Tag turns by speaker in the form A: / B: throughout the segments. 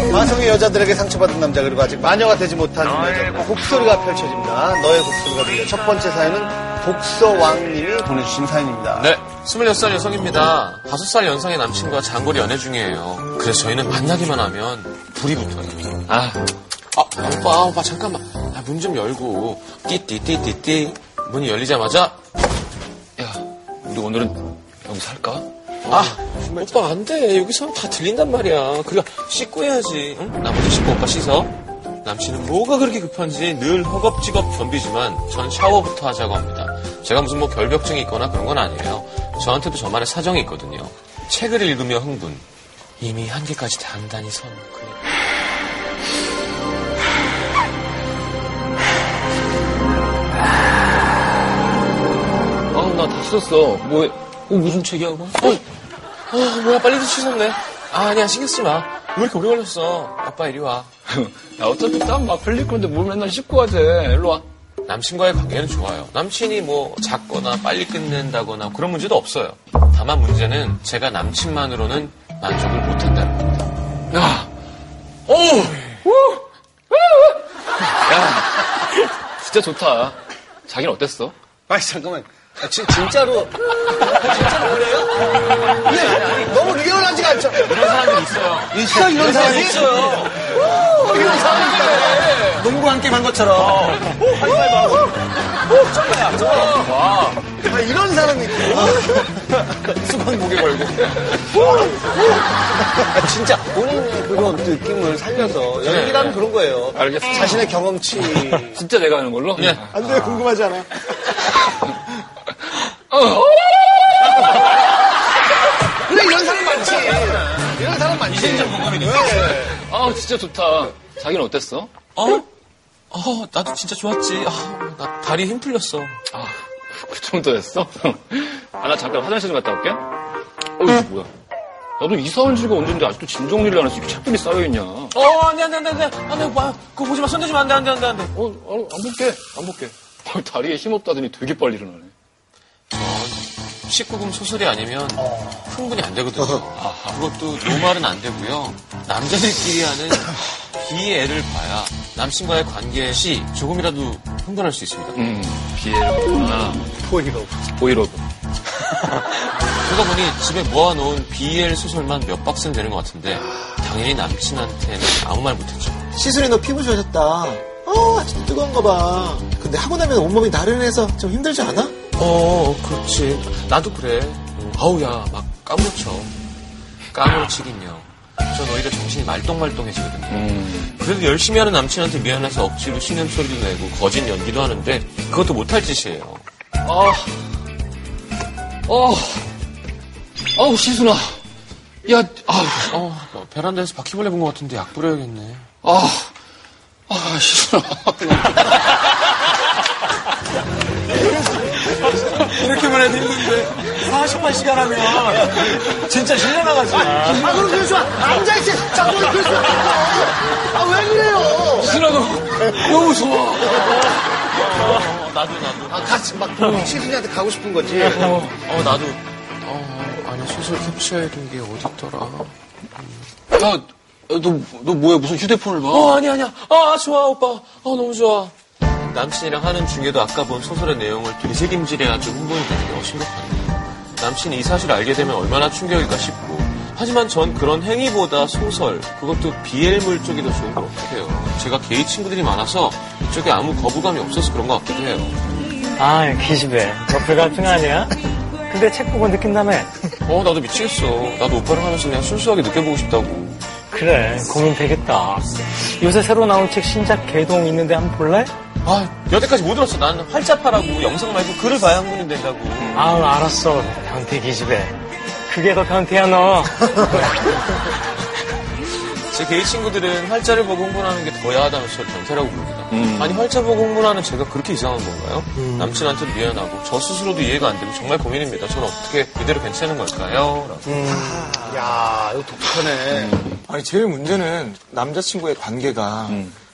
A: 마성의 여자들에게 상처받은 남자 그리고 아직 마녀가 되지 못한 여자 곡소리가 펼쳐집니다. 너의 곡소리가 들려. 첫 번째 사연은 독서왕님이 보내주신 사연입니다.
B: 네, 26살 여성입니다. 5살 연상의 남친과 장거리 연애 중이에요. 그래서 저희는 만나기만 하면 불이 붙어요. 아, 아, 오빠, 오빠, 잠깐만. 아, 문 좀 열고. 띠띠띠띠띠. 문이 열리자마자. 야, 우리 오늘은 여기서 할까? 아, 오빠, 안 돼. 여기서 다 들린단 말이야. 그래, 씻고 해야지. 응? 나 먼저 씻고 오빠 씻어. 남친은 뭐가 그렇게 급한지 늘 허겁지겁 변비지만 전 샤워부터 하자고 합니다. 제가 무슨 뭐 결벽증이 있거나 그런 건 아니에요. 저한테도 저만의 사정이 있거든요. 책을 읽으며 흥분. 이미 한계까지 단단히 선 그녀. 어, 나 다 썼어. 뭐, 어, 무슨 책이야, 그거? 어, 아, 뭐야, 빨리도 씻었네. 아, 아니야, 신경 쓰지 마. 왜 이렇게 오래 걸렸어? 아빠, 이리 와.
C: 야, 어차피 땀막 흘릴 건데 뭘 맨날 씻고 가재. 일로 와.
B: 남친과의 관계는 좋아요. 남친이 뭐 작거나 빨리 끝낸다거나 그런 문제도 없어요. 다만 문제는 제가 남친만으로는 만족을 못한다는 겁니다. 야, 오,
C: 진짜 좋다. 자기는 어땠어?
A: 아 잠깐만. 아, 진, 진짜로. 아, 진짜로 그래요? 예, 너무 리얼한지가 않죠?
B: 이런 사람들이 있어요.
A: 있어, 이런 사람이?
B: 있어요.
A: 네. 이런 사람이 어,
D: 농구한 게임 한 것처럼.
A: 있어. 아, 이런 사람이 있고.
B: 수건 목에 걸고.
A: 아, 진짜 본인의 그런 느낌을 살려서 연기라면 그런 거예요.
C: 알겠어.
A: 자신의 경험치.
C: 진짜 내가 하는 걸로?
B: 예.
A: 안 돼, 궁금하지 않아. 어. 근데 이런 사람 많지. 이런 사람 많지. 이젠 궁금이네.
C: 아, 진짜 좋다. 자기는 어땠어?
B: 어? 어, 나도 진짜 좋았지. 아, 나 다리 힘 풀렸어.
C: 아, 그 정도였어? 아, 나 잠깐 화장실 좀 갔다 올게. 어이, 뭐야. 나도 이사 온 지가 언젠데 아직도 짐 정리를 안 해서 이렇게 책들이 쌓여있냐. 어,
B: 어, 안 돼, 안 돼, 안 돼, 안 돼. 안 돼, 오빠. 뭐, 그거 보지 마. 손 대지 마. 안 돼, 안 돼, 안 돼, 안 돼.
C: 어, 안 볼게. 안 볼게. 어, 다리에 힘없다더니 되게 빨리 일어나네.
B: 19금 소설이 아니면 흥분이 안 되거든요. 그것도 노말은 안 되고요. 남자들끼리 하는 비애를 봐야 남친과의 관계 시 조금이라도 흥분할 수 있습니다.
C: 음, 비에로나
A: 보이로.
C: 보이로브.
B: 그러다 보니 집에 모아놓은 BL 소설만 몇 박스는 되는 것 같은데 당연히 남친한테는 아무 말 못했죠.
D: 시술이 너 피부 좋아졌다. 어, 아직도 뜨거운 거 봐. 근데 하고 나면 온몸이 나른해서 좀 힘들지 않아?
B: 어, 그렇지. 나도 그래. 어, 아우, 야, 막 까무러쳐. 까무러치긴요. 전 오히려 정신이 말똥말똥해지거든요. 그래도 열심히 하는 남친한테 미안해서 억지로 신음 소리도 내고 거짓 연기도 하는데 그것도 못할 짓이에요.
C: 아, 어, 아우, 시순아. 야, 아우,
B: 어, 뭐 베란다에서 바퀴벌레 본 것 같은데 약 뿌려야겠네.
C: 아, 아, 시순아.
D: 이렇게만 해도 힘든데. 48시간 하면 진짜 실려나가지.
A: 아, 그럼 그러지 마. 앉아있지. 자꾸 그러지 마. 아, 왜 그래요?
C: 시순아, 너 너무 좋아.
B: 어, 나도, 나도.
A: 아, 같이 막 시순이한테 가고 싶은 거지.
B: 어, 나도. 어, 아니, 소설 캡처해둔 게 어딨더라.
C: 야, 너, 너 뭐야? 무슨 휴대폰을 봐?
B: 어, 아니, 아니야. 아, 좋아, 오빠. 아, 너무 좋아. 남친이랑 하는 중에도 아까 본 소설의 내용을 되새김질해야 좀 흥분이 되는 게 심각하네요. 남친이 이 사실을 알게 되면 얼마나 충격일까 싶고. 하지만 전 그런 행위보다 소설, 그것도 BL물 쪽이 더 좋은 것 같아요. 제가 게이 친구들이 많아서 이쪽에 아무 거부감이 없어서 그런 것 같기도 해요.
E: 아, 기집애. 너 불가증 아니야? 근데 책 보고 느낀다며?
B: 어, 나도 미치겠어. 나도 오빠랑 하면서 그냥 순수하게 느껴보고 싶다고.
E: 그래, 고민 되겠다. 요새 새로 나온 책 신작 개동 있는데 한번 볼래?
B: 아, 여태까지 못 들었어. 난 활자파라고 영상 말고 글을 봐야 흥분이 된다고.
E: 아우, 알았어. 변태 기집애. 그게 더 변태야, 너.
B: 제 게이 친구들은 활자를 보고 흥분하는 게 더 야하다면서 변태라고 부릅니다.
A: 음.
B: 아니 활자 보고 흥분하는 제가 그렇게 이상한 건가요? 남친한테 미안하고 저 스스로도 이해가 안 되고 정말 고민입니다. 저는 어떻게 이대로 괜찮은 걸까요? 라고.
A: 음, 아, 야, 이거 독하네.
B: 음.
D: 아니, 제일 문제는 남자친구의 관계가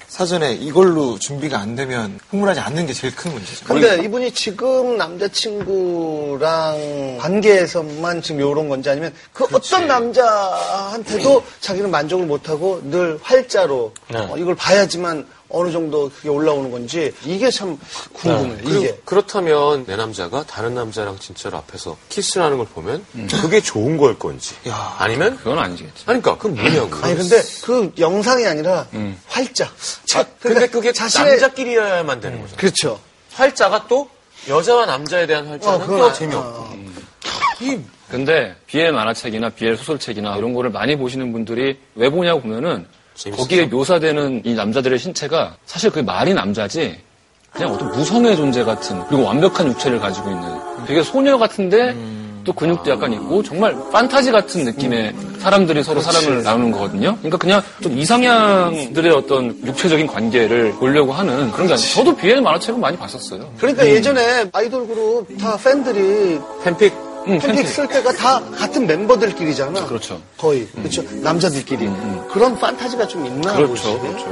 D: 사전에 이걸로 준비가 안 되면 흥분하지 않는 게 제일 큰 문제죠.
A: 근데 이분이 지금 남자친구랑 관계에서만 지금 요런 건지 아니면 그 어떤 남자한테도 자기는 만족을 못하고 늘 활자로
D: 네.
A: 어, 이걸 봐야지만 어느 정도 그게 올라오는 건지 이게 참
D: 네.
A: 궁금해요. 이게.
B: 그리고 그렇다면 내 남자가 다른 남자랑 진짜로 앞에서 키스를 하는 걸 보면
A: 음.
B: 그게 좋은 걸 건지 아니면
C: 그건 아니겠지.
B: 아니 그러니까 그건 뭐냐고
A: 아니 근데 그 영상이 아니라 활자.
B: 자, 근데 그게 남자끼리여야만 되는 거죠
A: 그렇죠.
B: 활자가 또 여자와 남자에 대한 활자는
A: 어, 그건
B: 또
A: 아-
B: 재미없고 이
C: 근데 BL 만화책이나 BL 소설책이나 이런 거를 많이 보시는 분들이 왜 보냐고 보면은
B: 재밌어서.
C: 거기에 묘사되는 이 남자들의 신체가 사실 그게 말이 남자지 그냥 어떤 무성의 존재 같은 그리고 완벽한 육체를 가지고 있는 되게 소녀 같은데
B: 음.
C: 또 근육도
B: 아.
C: 약간 있고 정말 판타지 같은 느낌의 사람들이 서로 사랑을 나누는 거거든요. 그러니까 그냥 좀 이상향들의 어떤 육체적인 관계를 보려고 하는 그런 게 아니에요. 저도 BL 만화책은 많이 봤었어요.
A: 그러니까 예전에 아이돌 그룹 다 팬들이
B: 팬픽
C: 음,
A: 팬픽 쓸 때가 다 같은 멤버들끼리잖아.
C: 그렇죠.
A: 거의. 그렇죠. 남자들끼리. 그런 판타지가 좀 있나 보시네.
C: 그렇죠, 그렇죠.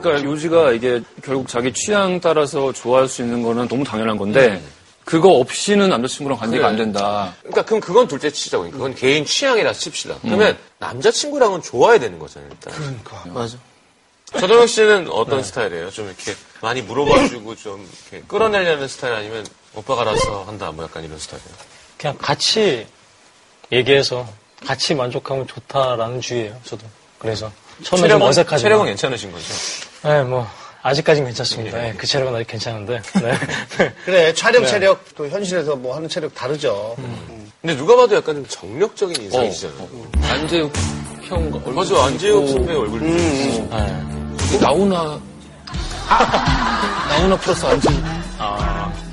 C: 그러니까 요지가 이게 결국 자기 취향 따라서 좋아할 수 있는 거는 너무 당연한 건데 그거 없이는 남자친구랑 관계가 안 된다.
B: 그러니까 그럼 그건 둘째 치자고 그건
E: 음.
B: 개인 취향이라 칩시다 그러면 남자친구랑은 좋아야 되는 거잖아요 일단
E: 그러니까.
D: 어. 맞아.
B: 전호영 씨는 어떤
E: 네.
B: 스타일이에요? 좀 이렇게 많이 물어봐주고 좀 이렇게 끌어내려는 스타일 아니면 오빠가 알아서 한다 뭐 약간 이런 스타일이에요?
E: 그냥 같이 얘기해서 같이 만족하면 좋다라는 주의예요. 저도. 그래서 처음에 좀 어색하지만.
B: 체력은 괜찮으신 거죠?
E: 네, 뭐 아직까진 괜찮습니다.
C: 예.
E: 네, 그 체력은 아직 괜찮은데. 네.
A: 그래, 촬영 체력, 또 현실에서 뭐 하는 체력 다르죠.
B: 근데 누가 봐도 약간 좀 정력적인
E: 어,
B: 인상이시잖아요.
C: 안재욱 형 얼굴
B: 맞아 안재욱 선배 얼굴.
E: 음,
C: 어? 나오나 나오나 플러스 안재욱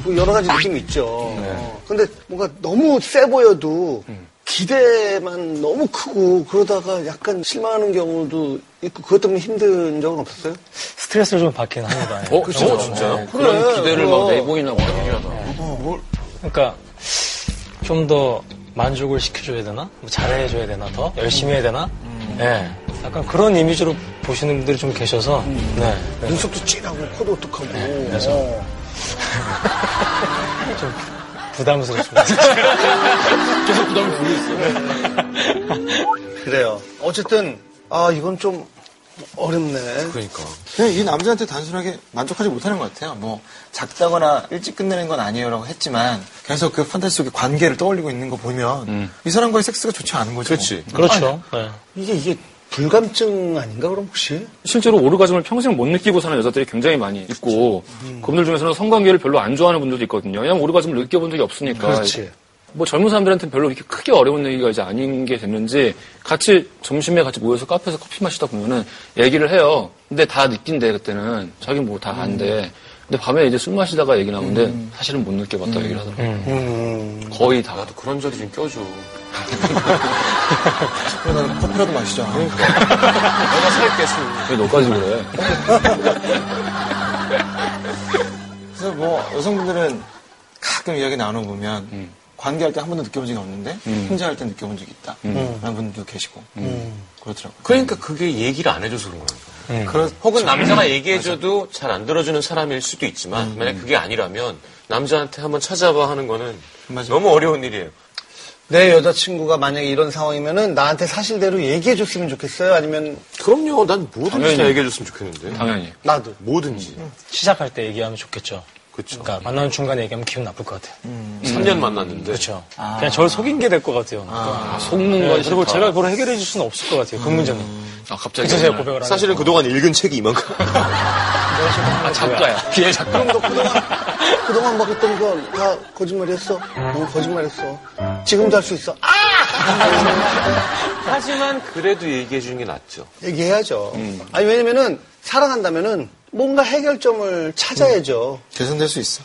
A: 그 여러 가지 느낌이 있죠. 어. 근데 뭔가 너무 세 보여도 기대만 너무 크고 그러다가 약간 실망하는 경우도 있고 그것 때문에 힘든 적은 없었어요?
E: 스트레스를 좀 받긴 합니다. 예.
C: 어, 그쵸, 진짜요? 그런
A: 그래,
C: 기대를
A: 그거.
C: 막 내보이나 봐. 신기하다.
E: 그러니까 좀 더 만족을 시켜줘야 되나? 뭐 잘해줘야 되나? 더 열심히 해야 되나? 예. 약간 그런 이미지로 보시는 분들이 좀 계셔서 네.
A: 눈썹도 진하고 코도 오똑하고. 어.
E: 부담스럽습니다.
C: 계속 부담이 불고 있어요.
A: 그래요. 어쨌든 아 이건 좀 어렵네.
B: 그러니까.
D: 그냥 이 남자한테 단순하게 만족하지 못하는 것 같아요. 뭐 작다거나 일찍 끝내는 건 아니에요라고 했지만 계속 그 판타지 속의 관계를 떠올리고 있는 거 보면 이 사람과의 섹스가 좋지 않은
B: 음.
D: 거죠.
B: 그렇지.
E: 그렇죠. 네.
A: 이게 이게 불감증 아닌가 그럼 혹시?
C: 실제로 오르가즘을 평생 못 느끼고 사는 여자들이 굉장히 많이 있고 그분들 중에서는 성관계를 별로 안 좋아하는 분들도 있거든요. 왜냐면 오르가즘을 느껴본 적이 없으니까.
A: 그렇지.
C: 뭐 젊은 사람들한테는 별로 이렇게 크게 어려운 얘기가 이제 아닌 게 됐는지 같이 점심에 같이 모여서 카페에서 커피 마시다 보면은 얘기를 해요. 근데 다 느낀대 그때는 자기 뭐 다 안돼. 근데 밤에 이제 술 마시다가 얘기 나오는데 사실은 못 느껴봤다 고 얘기를 하더라고요. 거의 다
B: 나도 그런 자리 좀 껴줘.
D: 그러다 커피라도 마시자.
B: 음.
D: 그러니까.
B: 내가 살게 술.
C: 왜 너까지 그래?
D: 그래서 뭐 여성분들은 가끔 이야기 나눠보면
B: 음.
D: 관계할 때 한 번도 느껴본 적이 없는데 혼자 할 때 느껴본 적이 있다.
B: 음.
D: 라는 분도 계시고 그렇더라고요.
B: 그러니까 그게 얘기를 안 해줘서 그런 거예요.
D: 그런
B: 혹은 남자가 얘기해줘도 잘 안 들어주는 사람일 수도 있지만
E: 음,
B: 만약 그게 아니라면 남자한테 한번 찾아봐 하는 거는
D: 맞아.
B: 너무 어려운 일이에요.
A: 내 여자친구가 만약에 이런 상황이면은 나한테 사실대로 얘기해줬으면 좋겠어요. 아니면
B: 그럼요. 난 뭐든지 다
C: 당연히.
B: 얘기해줬으면 좋겠는데.
C: 당연히.
A: 나도.
B: 뭐든지.
E: 시작할 때 얘기하면 좋겠죠.
B: 그쵸.
E: 음. 그러니까 만나는 중간에 얘기하면 기분 나쁠 것 같아요.
B: 3년 만났는데.
E: 그렇죠. 그냥 저를 속인 게 될 것 같아요. 그러니까.
C: 속는
E: 네,
C: 건
E: 그리고
C: 싫다.
E: 제가 그걸 해결해 줄 수는 없을 것 같아요. 그 문제는.
C: 아 갑자기
E: 그래서 제가
C: 오늘.
E: 고백을 하는
B: 사실은 그동안 읽은 책이 이만큼.
C: 아 작가야. 비엘 작가.
A: 너그 그동안 그동안 막 했던 거 다 거짓말했어. 응, 거짓말했어. 지금도 할 수 있어. 아!
B: 하지만 그래도 얘기해 주는 게 낫죠.
A: 얘기해야죠.
B: 음.
A: 아니 왜냐면은 사랑한다면은 뭔가 해결점을 찾아야죠.
D: 개선될 수 있어.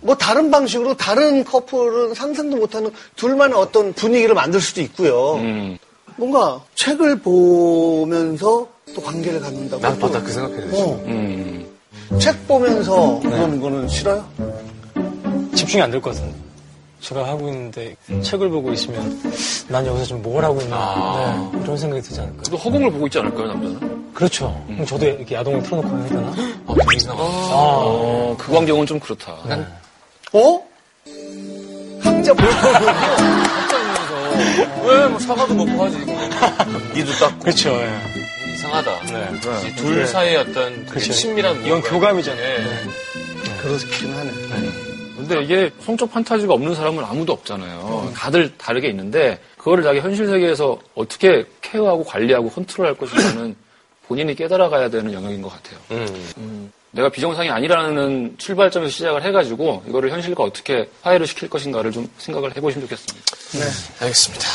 A: 뭐 다른 방식으로 다른 커플은 상상도 못하는 둘만의 어떤 분위기를 만들 수도 있고요.
B: 음.
A: 뭔가 책을 보면서 또 관계를 갖는다고.
B: 난 맞다 그 생각해야 돼.
A: 어.
C: 음.
B: 네.
A: 책 보면서 그러는 거는 싫어요?
E: 집중이 안 될 것 같은데. 제가 하고 있는데 책을 보고 있으면 난 여기서 지금 뭘 하고 있나
B: 아.
E: 네, 이런 생각이 들지 않을까.
C: 또 허공을 보고 있지 않을까요, 남자는?
E: 그렇죠. 그럼 저도 이렇게 야동을 틀어놓고 해야 되나?
B: 어, 되게 이상하다.
E: 아,
C: 어, 그 광경은 좀 그렇다.
A: 어? 항자 볼 거고.
B: 왜? 뭐 사과도 먹고 하지. 이도 딱
E: 그렇죠. 예.
B: 이상하다.
E: 네.
B: 이둘 사이의 어떤 되게
E: 그렇죠.
B: 친밀한
E: 이건
B: 뭔가.
E: 교감이잖아요. 네.
B: 예.
A: 그렇긴 하네.
C: 근데 이게 성적 판타지가 없는 사람은 아무도 없잖아요. 다들 다르게 있는데 그거를 자기 현실 세계에서 어떻게 케어하고 관리하고 컨트롤할 것인가는 본인이 깨달아가야 되는 영역인 것 같아요.
B: 음.
C: 내가 비정상이 아니라는 출발점에서 시작을 해가지고 이거를 현실과 어떻게 화해를 시킬 것인가를 좀 생각을 해보시면 좋겠습니다.
B: 알겠습니다.